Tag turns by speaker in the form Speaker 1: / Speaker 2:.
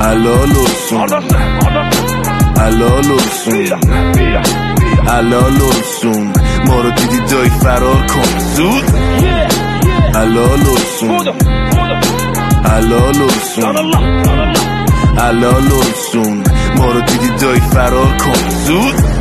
Speaker 1: Helal olsun Helal olsun Helal olsun ما رو دیدی دایی فرار کن زود Helal olsun Helal olsun Helal olsun ما رو دیدی دایی فرار کن زود